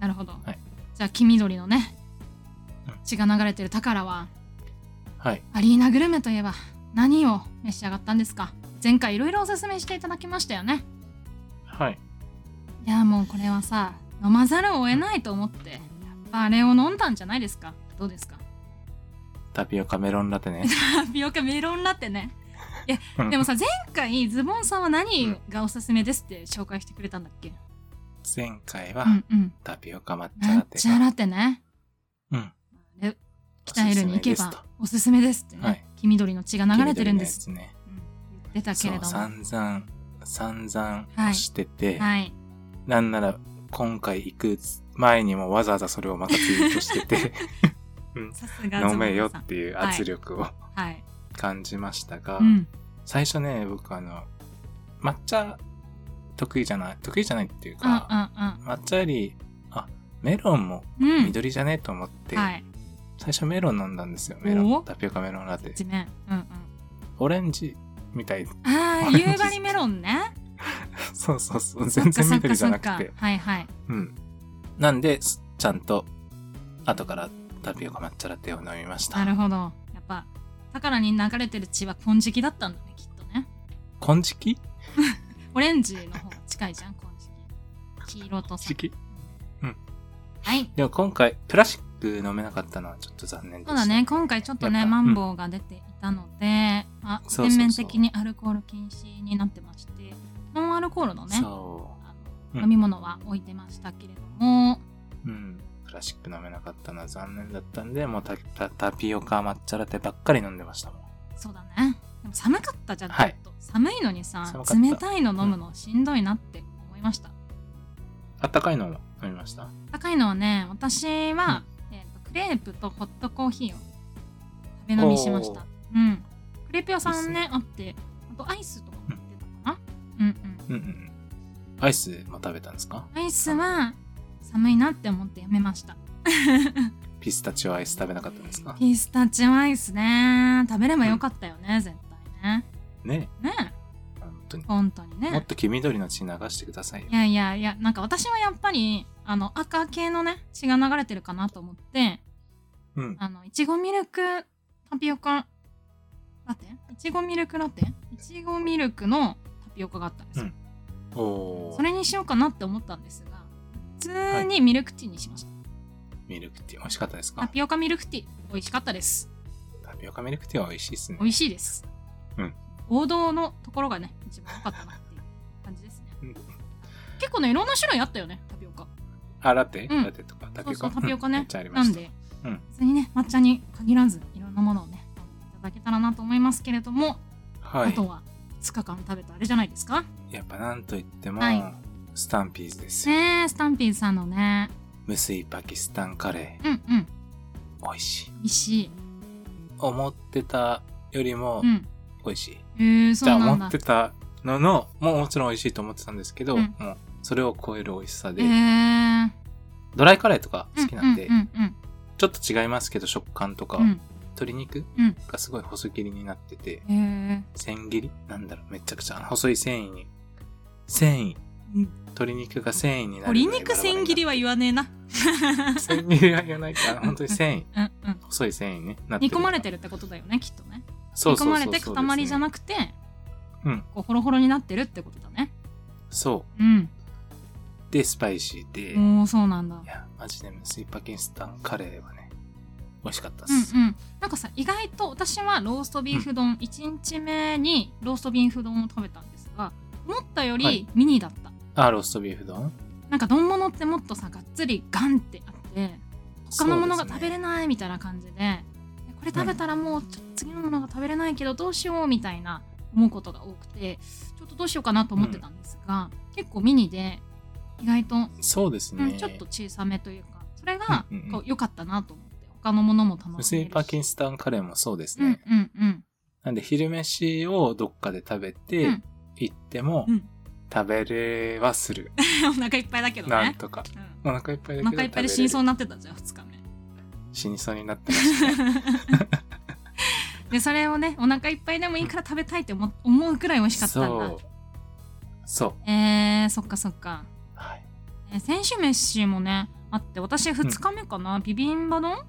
[SPEAKER 2] なるほど。
[SPEAKER 1] はい
[SPEAKER 2] じゃあ、黄緑のね
[SPEAKER 1] うん、
[SPEAKER 2] 血が流れてる宝は、
[SPEAKER 1] はい。
[SPEAKER 2] アリーナグルメといえば、何を召し上がったんですか前回いろいろおすすめしていただきましたよね。
[SPEAKER 1] はい。
[SPEAKER 2] いや、もうこれはさ、飲まざるを得ないと思って、やっぱあれを飲んだんじゃないですかどうですか
[SPEAKER 1] タピオカメロンラテね。
[SPEAKER 2] タピオカメロンラテね。
[SPEAKER 1] うん
[SPEAKER 2] でもさ、前回ズボンさんは何がおすすめですって紹介してくれたんだっけ
[SPEAKER 1] 前回
[SPEAKER 2] う
[SPEAKER 1] は
[SPEAKER 2] んうん。
[SPEAKER 1] タピオカ抹茶
[SPEAKER 2] 抹
[SPEAKER 1] ラテ
[SPEAKER 2] 茶
[SPEAKER 1] が。
[SPEAKER 2] ラテね。
[SPEAKER 1] うん。
[SPEAKER 2] で北エルに行け
[SPEAKER 1] おすすめです
[SPEAKER 2] ば
[SPEAKER 1] と
[SPEAKER 2] おすすめですってね、
[SPEAKER 1] はい
[SPEAKER 2] 黄緑の血が流れてるんです、
[SPEAKER 1] 黄緑のや
[SPEAKER 2] うん言ってた
[SPEAKER 1] つ
[SPEAKER 2] けれ
[SPEAKER 1] ね。
[SPEAKER 2] ども
[SPEAKER 1] そう、散々、散々
[SPEAKER 2] はい
[SPEAKER 1] してて、
[SPEAKER 2] はい
[SPEAKER 1] なんなら今回行く前にもわざわざそれをまたツイートして て、
[SPEAKER 2] さすがズボンさ
[SPEAKER 1] 飲
[SPEAKER 2] ん
[SPEAKER 1] めよっていう圧力を
[SPEAKER 2] はい、
[SPEAKER 1] 感じましたが、
[SPEAKER 2] うん、
[SPEAKER 1] 最初ね、僕あの、抹茶得意じゃない、得意じゃないっていう
[SPEAKER 2] うん
[SPEAKER 1] か、抹茶より、あ、メロンも
[SPEAKER 2] うんうん
[SPEAKER 1] 緑じゃねえと思って、
[SPEAKER 2] はい
[SPEAKER 1] 最初メロン飲んだんですよ。メロ
[SPEAKER 2] お
[SPEAKER 1] ン。タピオカメロンラテ
[SPEAKER 2] 地。面うんうん
[SPEAKER 1] オレンジみたい。
[SPEAKER 2] ああ
[SPEAKER 1] オレンジ
[SPEAKER 2] 夕張メロンね
[SPEAKER 1] そうそうそう。 全然
[SPEAKER 2] そっか
[SPEAKER 1] 緑じ
[SPEAKER 2] そ
[SPEAKER 1] ゃ
[SPEAKER 2] っ
[SPEAKER 1] な
[SPEAKER 2] か
[SPEAKER 1] くて。
[SPEAKER 2] はいはい
[SPEAKER 1] うん。なんで、すちゃんと、後からタピオカ抹茶ラテを飲みました。
[SPEAKER 2] なるほどやっぱ宝に流れてる血は金色だったんだねきっとね
[SPEAKER 1] 金色
[SPEAKER 2] オレンジの方が近いじゃん金色黄色とさ
[SPEAKER 1] 色
[SPEAKER 2] はい
[SPEAKER 1] でも今回、クラシック飲めなかったのはちょっと残念でし
[SPEAKER 2] そ
[SPEAKER 1] た。
[SPEAKER 2] うだね。今回ちょっと
[SPEAKER 1] やっ
[SPEAKER 2] ね
[SPEAKER 1] ぱ
[SPEAKER 2] マンボウが出ていたので、あ
[SPEAKER 1] そうそうそう
[SPEAKER 2] 全面的にアルコール禁止になってましてノンアルコールのね
[SPEAKER 1] そ
[SPEAKER 2] あ
[SPEAKER 1] う
[SPEAKER 2] の
[SPEAKER 1] ん
[SPEAKER 2] 飲み物は置いてましたけれども、
[SPEAKER 1] う。うん。クラシック飲めなかったのは残念だったんで、もうタタタピオカ抹茶ラテばっかり飲んでましたもん。
[SPEAKER 2] そうだねでも寒かったじゃん、
[SPEAKER 1] はい
[SPEAKER 2] ちょっと寒いのにさ
[SPEAKER 1] 寒かった
[SPEAKER 2] 冷たいの飲むのしんどいなって思いました、
[SPEAKER 1] あったかいのも飲みました。
[SPEAKER 2] 高いのはね私は、えーとクレープとホットコーヒーを食べ飲みしましたうんクレープ屋さん
[SPEAKER 1] い
[SPEAKER 2] ね
[SPEAKER 1] いっ
[SPEAKER 2] あってあとアイスとかも売ってたかな、うんうん
[SPEAKER 1] うんうんうん。アイスも食べたんですか
[SPEAKER 2] アイスは寒いなって思ってやめました
[SPEAKER 1] ピスタチオアイス食べなかったんですか
[SPEAKER 2] ピスタチオアイスね食べればよかったよね、絶対ね
[SPEAKER 1] ね
[SPEAKER 2] ね
[SPEAKER 1] え本当に。
[SPEAKER 2] 本当に
[SPEAKER 1] もっ
[SPEAKER 2] ね
[SPEAKER 1] と黄緑の血流してくださいよ
[SPEAKER 2] い。やいやいやなんか私はやっぱりあの赤系のね血が流れてるかなと思って
[SPEAKER 1] うん。
[SPEAKER 2] あのいちごミルクタピオカラテいちごミルクラテいちごミルクのタピオカがあったんですよ、
[SPEAKER 1] おー
[SPEAKER 2] それにしようかなって思ったんですが普通にミルクティーにしました、
[SPEAKER 1] ミルクティー美味しかったです
[SPEAKER 2] タ
[SPEAKER 1] か
[SPEAKER 2] ピオカミルクティー美味しかったです
[SPEAKER 1] タピオカミルクティーは美味しいですね
[SPEAKER 2] 美。味しいです。
[SPEAKER 1] うん。
[SPEAKER 2] 王道のところがね、一番良かったなっていう感じですね。
[SPEAKER 1] うん
[SPEAKER 2] 結構ね、いろんな種類あったよね、タピオカ。
[SPEAKER 1] あ、ラテ
[SPEAKER 2] うん
[SPEAKER 1] ラテとかタ
[SPEAKER 2] そ
[SPEAKER 1] ピオ
[SPEAKER 2] うそ
[SPEAKER 1] カ
[SPEAKER 2] う、タピオカ
[SPEAKER 1] うんめ
[SPEAKER 2] ね
[SPEAKER 1] っちゃあ。り
[SPEAKER 2] な
[SPEAKER 1] ま
[SPEAKER 2] ん
[SPEAKER 1] した。
[SPEAKER 2] で、
[SPEAKER 1] うん
[SPEAKER 2] 別にね、抹茶に限らず、いろんなものをね、いただけたらなと思いますけれども、
[SPEAKER 1] は
[SPEAKER 2] あと
[SPEAKER 1] い。
[SPEAKER 2] は2日間食べたあれじゃないですか。
[SPEAKER 1] やっぱなんといっても
[SPEAKER 2] はい、
[SPEAKER 1] スタンピーズですよ。
[SPEAKER 2] ねえ、スタンピーズさんのね、
[SPEAKER 1] 無水パキスタンカレ
[SPEAKER 2] うんうん、
[SPEAKER 1] ー。美味しい。
[SPEAKER 2] 美味しい。
[SPEAKER 1] 思ってたよりも
[SPEAKER 2] うん。
[SPEAKER 1] 美味しい。
[SPEAKER 2] えー、そ
[SPEAKER 1] じゃあ
[SPEAKER 2] うなん
[SPEAKER 1] 思
[SPEAKER 2] だ
[SPEAKER 1] って。たのの、もうもちろん美味しいと思ってたんですけど、
[SPEAKER 2] うん
[SPEAKER 1] もうそれを超える美味しさ
[SPEAKER 2] え
[SPEAKER 1] で、
[SPEAKER 2] ー、
[SPEAKER 1] ドライカレーとか好きなんで、
[SPEAKER 2] うんうん
[SPEAKER 1] ちょっと違いますけど食感とか、
[SPEAKER 2] うんうん。
[SPEAKER 1] 鶏肉
[SPEAKER 2] うん
[SPEAKER 1] がすごい細切りになってて、
[SPEAKER 2] うん。え
[SPEAKER 1] 千切りなんだろう、めちゃくちゃ細い繊維に、繊維、
[SPEAKER 2] ー、
[SPEAKER 1] 鶏肉が繊維になるぐらい
[SPEAKER 2] 鶏肉千切りは言わねえな。
[SPEAKER 1] 千切りは言わないから、本当に繊維、
[SPEAKER 2] うんうん。
[SPEAKER 1] 細い繊維ね。
[SPEAKER 2] 煮込まれて
[SPEAKER 1] る。
[SPEAKER 2] るってことだよねきっとね
[SPEAKER 1] そ
[SPEAKER 2] 煮
[SPEAKER 1] うそうそ
[SPEAKER 2] 込
[SPEAKER 1] う
[SPEAKER 2] まれて塊じゃ
[SPEAKER 1] な
[SPEAKER 2] なくて
[SPEAKER 1] うん、
[SPEAKER 2] こうホロホロになってるってことだね
[SPEAKER 1] そ
[SPEAKER 2] うん
[SPEAKER 1] う。で、スパイシーで、い
[SPEAKER 2] おーそうなんだ
[SPEAKER 1] や、マジで無水パキスタンカレーはね、美味しかったっ
[SPEAKER 2] う
[SPEAKER 1] す。
[SPEAKER 2] んうんなんかさ意外と私はローストビーフ丼1日目にローストビーフ丼を食べたんですが思ったよ
[SPEAKER 1] は
[SPEAKER 2] り
[SPEAKER 1] い
[SPEAKER 2] ミニだった、
[SPEAKER 1] あ、ローストビーフ丼
[SPEAKER 2] なんか丼物ってもっとさがっつりガンってあって他のものが食べれ
[SPEAKER 1] い。
[SPEAKER 2] ないみたいな感じでこれ食べたらもうちょっと次のものが食べれないけどどうしようみたいな思うことが多くてちょっとどうしようかなと思ってたんですが、結構ミニで意外と、
[SPEAKER 1] そうです
[SPEAKER 2] うん
[SPEAKER 1] ね。
[SPEAKER 2] ちょっと小さめというかそれが
[SPEAKER 1] うんうんうん
[SPEAKER 2] こう良かったなと思って他のものも楽しめるし
[SPEAKER 1] スイパキンスタンカレーもそうですね。
[SPEAKER 2] うんうんうん
[SPEAKER 1] なんで昼飯をどっかで食べて、
[SPEAKER 2] うん
[SPEAKER 1] 行っても、
[SPEAKER 2] うん
[SPEAKER 1] 食べれはする。
[SPEAKER 2] お腹いっぱいだけど
[SPEAKER 1] なん
[SPEAKER 2] ね。
[SPEAKER 1] とか。
[SPEAKER 2] う
[SPEAKER 1] お腹いっぱいだけ
[SPEAKER 2] ん、
[SPEAKER 1] ど
[SPEAKER 2] お腹いっぱい
[SPEAKER 1] 食べれる
[SPEAKER 2] で死にそうになってたじゃん、2日目。
[SPEAKER 1] 死にそうになってましたね。
[SPEAKER 2] で、それをね、お腹いっぱいでもいいから食べたいって思思うくらい美味しかったんだ
[SPEAKER 1] そう。。そう。
[SPEAKER 2] えー、そっかそっか。
[SPEAKER 1] はい。
[SPEAKER 2] えー選手飯もね、あって、私2日目かな、ビビンバ丼食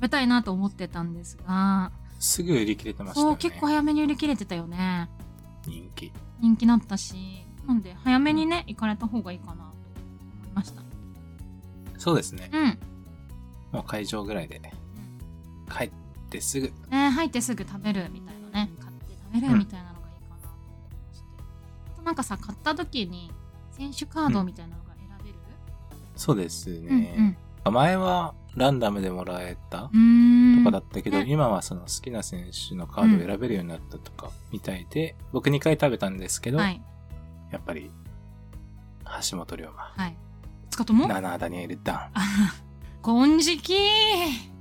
[SPEAKER 2] べたいなと思ってたんですが、
[SPEAKER 1] すぐ売り切れてましたよ
[SPEAKER 2] そう、
[SPEAKER 1] ね。
[SPEAKER 2] 結構早めに売り切れてたよね。
[SPEAKER 1] 人気。
[SPEAKER 2] 人気だったし、なんで、早めにね、行かれた方がいいかなと思いました。
[SPEAKER 1] そうですね。
[SPEAKER 2] うん。
[SPEAKER 1] もう会場ぐらいで、帰ってすぐ。
[SPEAKER 2] ね、入ってすぐ食べるみたいなね買って食べるみたいなのがいいかなと思いまして、あとなんかさ買った時に選手カードみたいなのが選べる、
[SPEAKER 1] そうです
[SPEAKER 2] うん
[SPEAKER 1] ね。前はランダムでもらえた
[SPEAKER 2] うんうん
[SPEAKER 1] とかだったけど、
[SPEAKER 2] ね
[SPEAKER 1] 今はその好きな選手のカードを選べるようになったとかみたいで、僕2回食べたんですけど、
[SPEAKER 2] はい
[SPEAKER 1] やっぱり、橋本龍馬、
[SPEAKER 2] はいつかとも
[SPEAKER 1] ナナーダニエル・ダ
[SPEAKER 2] あ 金色金色
[SPEAKER 1] ン。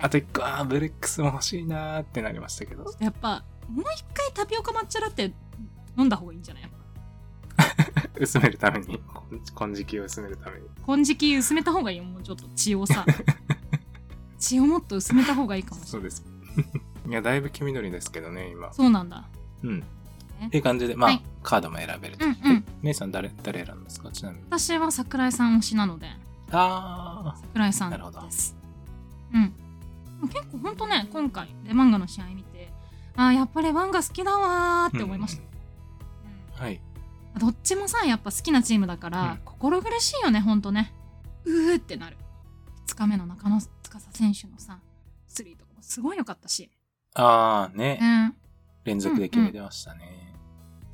[SPEAKER 1] あと1個、あーブルックスも欲しいなーってなりましたけど、
[SPEAKER 2] やっぱもう一回タピオカ抹茶ラテ飲んだ方がいいんじゃないやっぱ
[SPEAKER 1] 薄めるために、金色を薄めるために。
[SPEAKER 2] 金色薄めた方がいいよもうちょっと血 をさ血をもっと薄めた方がいいかもしれ
[SPEAKER 1] そ
[SPEAKER 2] ないう
[SPEAKER 1] です。 いや、だいぶ黄緑ですけどね、今。
[SPEAKER 2] そうなんだ
[SPEAKER 1] うん。っていう感じで、まあ、
[SPEAKER 2] はい
[SPEAKER 1] カードも選べると。
[SPEAKER 2] うんうん
[SPEAKER 1] え姉さん誰、誰選んですかちなみに。
[SPEAKER 2] 私は桜井さん推しなので
[SPEAKER 1] あ
[SPEAKER 2] 桜井さん
[SPEAKER 1] なるほど
[SPEAKER 2] です。うん、結構ほんとね今回レマンガの試合見てあーやっぱレマンガ好きだわー
[SPEAKER 1] ー
[SPEAKER 2] って思いました、。
[SPEAKER 1] うんはい。
[SPEAKER 2] うんどっちもさやっぱ好きなチームだから、
[SPEAKER 1] うん
[SPEAKER 2] 心苦しいよねほんとねうーってなる2日目の中野司選手のさスリーとかもすごい良かったし、
[SPEAKER 1] あーね、
[SPEAKER 2] うん、
[SPEAKER 1] 連続で決めてましたね。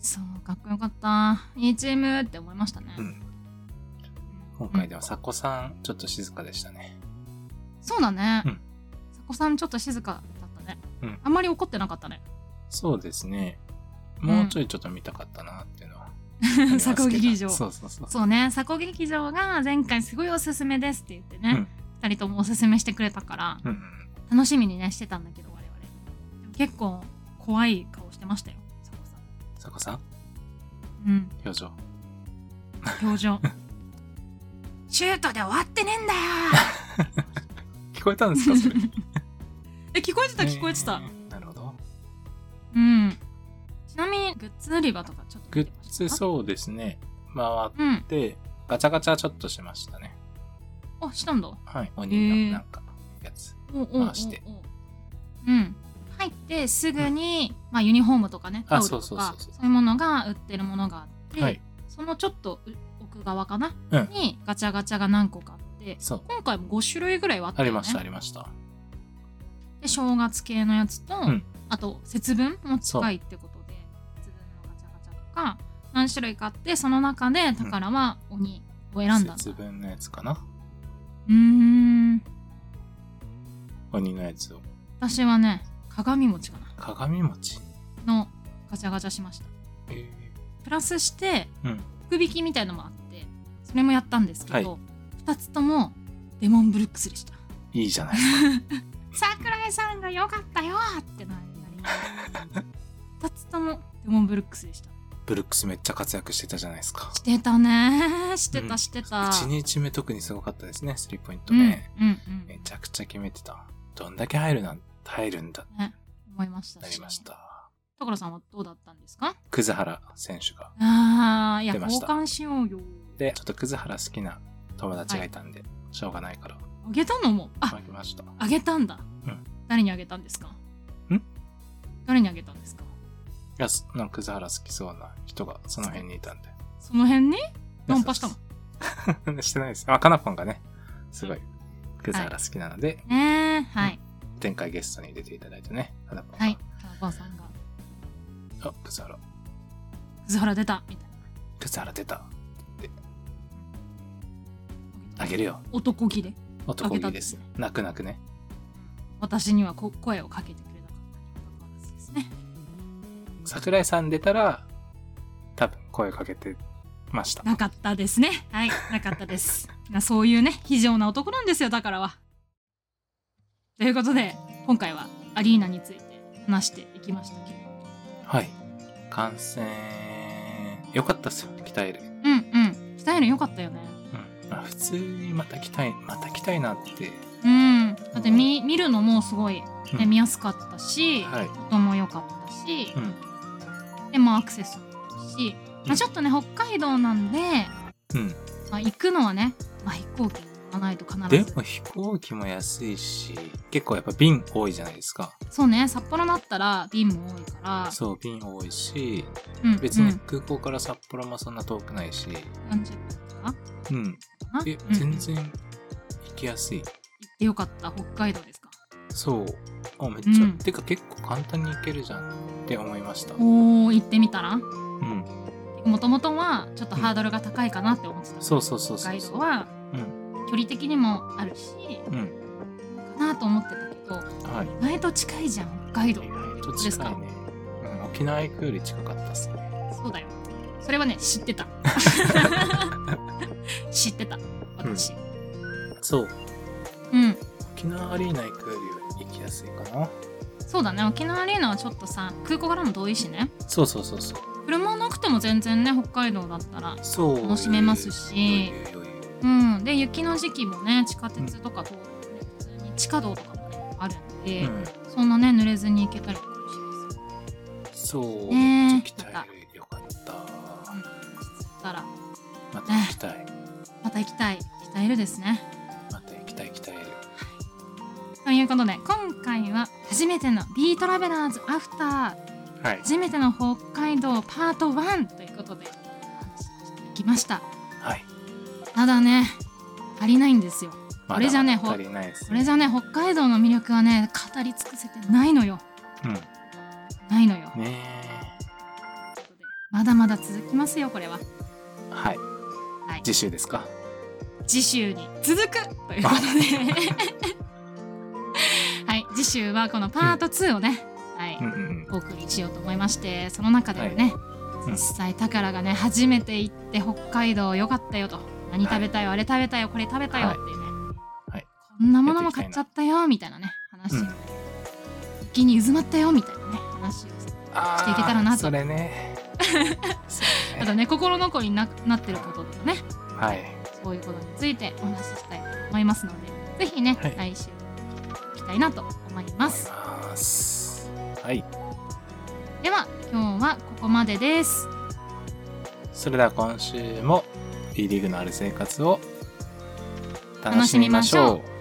[SPEAKER 2] そうかっこよかったいいチームって思いましたね、
[SPEAKER 1] うん
[SPEAKER 2] うん
[SPEAKER 1] 今回では、サコさん、ちょっと静かでしたね。
[SPEAKER 2] そうだね、
[SPEAKER 1] うん
[SPEAKER 2] 佐古さんちょっと静かだったね、
[SPEAKER 1] うん
[SPEAKER 2] あんまり怒ってなかったね
[SPEAKER 1] そうですね。もうちょいちょっと見たかったなっていうのは。
[SPEAKER 2] 佐古劇場
[SPEAKER 1] そうそうそう。
[SPEAKER 2] そうね佐古劇場が前回すごいおすすめですって言ってね、2人ともおすすめしてくれたから
[SPEAKER 1] うんうん。
[SPEAKER 2] 楽しみにねしてたんだけど我々でも結構怖い顔してましたよ佐古さん
[SPEAKER 1] サコさん、
[SPEAKER 2] うん
[SPEAKER 1] 表情。
[SPEAKER 2] 表情シュートで終わってねえんだよ
[SPEAKER 1] 聞こえたんですか それ。
[SPEAKER 2] え聞こえてた聞こえてた、
[SPEAKER 1] ねーなるほど。
[SPEAKER 2] うんちなみにグッズ売り場とかちょっと
[SPEAKER 1] グッ
[SPEAKER 2] 見てまし
[SPEAKER 1] ズ、
[SPEAKER 2] た
[SPEAKER 1] そうですね。回っ
[SPEAKER 2] うん
[SPEAKER 1] て、ガチャガチャちょっとしましたね。
[SPEAKER 2] あしたんだ
[SPEAKER 1] はい。
[SPEAKER 2] へ
[SPEAKER 1] 鬼
[SPEAKER 2] ー
[SPEAKER 1] のなんか、やつ。
[SPEAKER 2] おうおうおうおう
[SPEAKER 1] 回して
[SPEAKER 2] うん入ってすぐに、まあ、ユニフォームとかねタオ
[SPEAKER 1] あ
[SPEAKER 2] ルとかそ
[SPEAKER 1] そううそうそうそう
[SPEAKER 2] いうものが売ってるものがあって、
[SPEAKER 1] はい。
[SPEAKER 2] そのちょっと奥側かな、
[SPEAKER 1] うん
[SPEAKER 2] にガチャガチャが何個かあって
[SPEAKER 1] そう。
[SPEAKER 2] 今回も5種類ぐらいはあった
[SPEAKER 1] あ
[SPEAKER 2] よ、
[SPEAKER 1] り
[SPEAKER 2] ね、
[SPEAKER 1] ました、ありました。
[SPEAKER 2] で正月系のやつと、
[SPEAKER 1] ん
[SPEAKER 2] あと節分も近いってことで節分のガチャガチャとか何種類かあってその中で宝は鬼を選んだんだ、
[SPEAKER 1] 節分のやつかな。
[SPEAKER 2] うーん
[SPEAKER 1] 鬼のやつを。
[SPEAKER 2] 私はね鏡餅かな
[SPEAKER 1] 鏡餅。
[SPEAKER 2] のガチャガチャしました
[SPEAKER 1] えー
[SPEAKER 2] プラスして、
[SPEAKER 1] うん
[SPEAKER 2] 福引きみたいのもあってそれもやったんですけど、二2つともレモンブルックスでした
[SPEAKER 1] いいじゃない ですか。
[SPEAKER 2] 桜井さんが良かったよーってなりました2つともレモンブルックスでした
[SPEAKER 1] ブルックスめっちゃ活躍してたじゃないですか。
[SPEAKER 2] してたねーして
[SPEAKER 1] う
[SPEAKER 2] た
[SPEAKER 1] ん
[SPEAKER 2] してた、
[SPEAKER 1] 1日目特にすごかったですね、スリーポイント
[SPEAKER 2] うん
[SPEAKER 1] ね。
[SPEAKER 2] うんう
[SPEAKER 1] めちゃくちゃ決めてた。どんだけ入るなん、入るんだ、
[SPEAKER 2] んね思いました
[SPEAKER 1] なりました。
[SPEAKER 2] 所さんはどうだったんですか
[SPEAKER 1] 葛原選手が。
[SPEAKER 2] あーいや
[SPEAKER 1] 出ま
[SPEAKER 2] 交
[SPEAKER 1] した
[SPEAKER 2] 換しようよ
[SPEAKER 1] で、ちょっと葛原好きな友達がいたんで、しょうがないから、
[SPEAKER 2] あげたのもあ
[SPEAKER 1] 負けました。
[SPEAKER 2] あげたんだ、
[SPEAKER 1] うん
[SPEAKER 2] 誰にあげたんですか
[SPEAKER 1] ん
[SPEAKER 2] 誰にあげたんですか
[SPEAKER 1] いや、そなんか葛原好きそうな人がその辺にいたんで。
[SPEAKER 2] その辺にナンパしたの
[SPEAKER 1] の してないです。あ、かなぽんがね、すごい、葛原好きなので、
[SPEAKER 2] ねえはい、
[SPEAKER 1] 前回ゲストに出ていただいてね、かなぽんが
[SPEAKER 2] はい、今日おばさんが
[SPEAKER 1] あ、くずはら。
[SPEAKER 2] 「葛原出た」みたいな
[SPEAKER 1] くずはら出た。あげるよ。
[SPEAKER 2] 男気で
[SPEAKER 1] 男気です
[SPEAKER 2] あげたんですね。
[SPEAKER 1] 泣く泣くね。
[SPEAKER 2] 私にはこ声をかけてくれなかったにもかかわらずですね
[SPEAKER 1] 桜井さん出たら、多分声かけてました。
[SPEAKER 2] なかったですねはいなかったです なそういうね非常な男なんですよだからはということで今回はアリーナについて話していきましたけど
[SPEAKER 1] はい。感染、よかったっすよ、鍛える。
[SPEAKER 2] うんうん鍛えるよかったよね
[SPEAKER 1] うん。あ普通にまた来たい、また来たいなって。
[SPEAKER 2] うんだって見見るのもすごい、ね
[SPEAKER 1] うん
[SPEAKER 2] 見やすかったし、
[SPEAKER 1] はい。
[SPEAKER 2] 音も良かったし
[SPEAKER 1] う、ん。
[SPEAKER 2] でもアクセスもいいし、まあ、ちょっとね北海道なんで、
[SPEAKER 1] うん。
[SPEAKER 2] まあ、行くのはね、まあ、飛行機に乗らないと
[SPEAKER 1] で
[SPEAKER 2] 必ず
[SPEAKER 1] も飛行機も安いし、結構やっぱ便多いじゃないですか。
[SPEAKER 2] そうね札幌だったら便も多いから
[SPEAKER 1] そう、便多いし、
[SPEAKER 2] うん
[SPEAKER 1] 別に空港から札幌もそんな遠くないし、
[SPEAKER 2] うん、40分とか
[SPEAKER 1] うん。
[SPEAKER 2] かな
[SPEAKER 1] で、
[SPEAKER 2] うん
[SPEAKER 1] 全
[SPEAKER 2] 行っ
[SPEAKER 1] 然行きやすい。
[SPEAKER 2] てよかった北海道ですか
[SPEAKER 1] そう。あ、めっちゃ、
[SPEAKER 2] うん
[SPEAKER 1] てか結構簡単に行けるじゃんって思いました。うん。
[SPEAKER 2] おー行ってみたらもともとはちょっとハードルが高いかなって思ってた、
[SPEAKER 1] そうそうそう
[SPEAKER 2] 北
[SPEAKER 1] そう
[SPEAKER 2] 海
[SPEAKER 1] そう。
[SPEAKER 2] 道は
[SPEAKER 1] うん。
[SPEAKER 2] 距離的にもあるし
[SPEAKER 1] うん。
[SPEAKER 2] かなと思ってたけど
[SPEAKER 1] はい。
[SPEAKER 2] 意外と近いじゃん北海道
[SPEAKER 1] 意外
[SPEAKER 2] ど
[SPEAKER 1] と
[SPEAKER 2] うです
[SPEAKER 1] 近
[SPEAKER 2] か
[SPEAKER 1] いね。うん、沖縄行くより近かったっすね。
[SPEAKER 2] そうだよ。それはね、知ってた。知ってた、私。
[SPEAKER 1] そう。
[SPEAKER 2] うん、
[SPEAKER 1] 沖縄アリーナ行くよりは行きやすいかな。
[SPEAKER 2] そうだね。沖縄アリーナはちょっとさ、空港からも遠いしね。
[SPEAKER 1] そうそうそうそう。
[SPEAKER 2] 車なくても全然ね、北海道だったら。
[SPEAKER 1] そう。
[SPEAKER 2] 楽しめますし
[SPEAKER 1] 余裕余裕
[SPEAKER 2] うん。で、雪の時期もね、地下鉄とか通るとね、普通に地下道とかもね、あるんで、
[SPEAKER 1] うん。
[SPEAKER 2] そんなね、濡れずに行けたりとかもします。
[SPEAKER 1] そう。
[SPEAKER 2] ねえ
[SPEAKER 1] めっちゃ鍛える。よかった。
[SPEAKER 2] だから、
[SPEAKER 1] また行きたい。
[SPEAKER 2] また行きたい。鍛えるですね。
[SPEAKER 1] また行きたい、鍛える。
[SPEAKER 2] ということで、今回は初めての B トラベラーズアフター
[SPEAKER 1] はい。
[SPEAKER 2] 初めての北海道パート1ということでお話ししていきました
[SPEAKER 1] はい。
[SPEAKER 2] ただね足りないんですよこれじゃね
[SPEAKER 1] まだ足りないです
[SPEAKER 2] こ。れじゃね北海道の魅力はね語り尽くせてないのよ
[SPEAKER 1] うん。
[SPEAKER 2] ないのよ
[SPEAKER 1] ね
[SPEAKER 2] まだまだ続きますよこれは
[SPEAKER 1] え。はい。
[SPEAKER 2] はい
[SPEAKER 1] 次週ですか
[SPEAKER 2] 次週に続くということで はい次週はこのパート2をね、はい、
[SPEAKER 1] うんうん
[SPEAKER 2] お送りしようと思いましてその中ではね、
[SPEAKER 1] いうん
[SPEAKER 2] 実際宝がね初めて行って北海道良かったよと何食べたよ、あれ食べたよこれ食べたよっていうね、
[SPEAKER 1] はい
[SPEAKER 2] こんなものも買っちゃったよみたいなね
[SPEAKER 1] う
[SPEAKER 2] 話、
[SPEAKER 1] ん。うん。
[SPEAKER 2] 気に渦まったよみたいなね話をしていけたらなと
[SPEAKER 1] あーそれね。 そう
[SPEAKER 2] あ
[SPEAKER 1] ね
[SPEAKER 2] とね心残りにななってることとかね
[SPEAKER 1] はい。
[SPEAKER 2] そういうことについてお話ししたいと思いますのでぜひね、
[SPEAKER 1] はい
[SPEAKER 2] 来週行きたいなと思いま
[SPEAKER 1] 思い
[SPEAKER 2] す
[SPEAKER 1] ます。はい。
[SPEAKER 2] では今日はここまでです
[SPEAKER 1] それでは今週も B リーグのある生活を楽しみましょう。